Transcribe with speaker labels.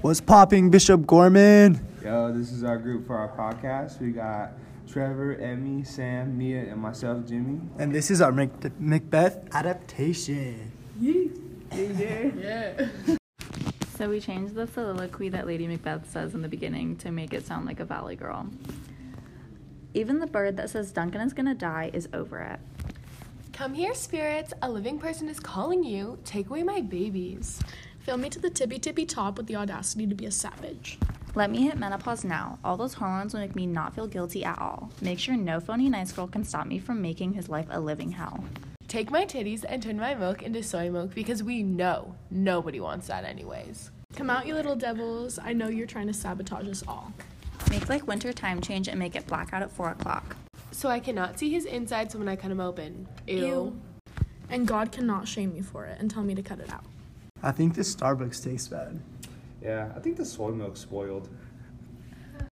Speaker 1: What's popping, Bishop Gorman?
Speaker 2: Yo, this is our group for our podcast. We got Trevor, Emmy, Sam, Mia, and myself, Jimmy.
Speaker 1: And this is our Mac- Macbeth adaptation.
Speaker 3: So we changed the soliloquy that Lady Macbeth says in the beginning to make it sound like a valley girl. Even the bird that says Duncan is gonna die is over it.
Speaker 4: Come here, spirits. A living person is calling you. Take away my babies.
Speaker 5: Fill me to the tippy tippy top with the audacity to be a savage.
Speaker 3: Let me hit menopause now. All those hormones will make me not feel guilty at all. Make sure no phony nice girl can stop me from making his life a living hell.
Speaker 4: Take my titties and turn my milk into soy milk because we know nobody wants that, anyways.
Speaker 5: Come out, you little devils. I know you're trying to sabotage us all.
Speaker 3: Make like winter time change and make it blackout at 4 o'clock.
Speaker 4: So I cannot see his insides when I cut him open. Ew.
Speaker 5: And God cannot shame me for it and tell me to cut it out.
Speaker 1: I think this Starbucks tastes bad.
Speaker 2: Yeah, I think the soy milk's spoiled.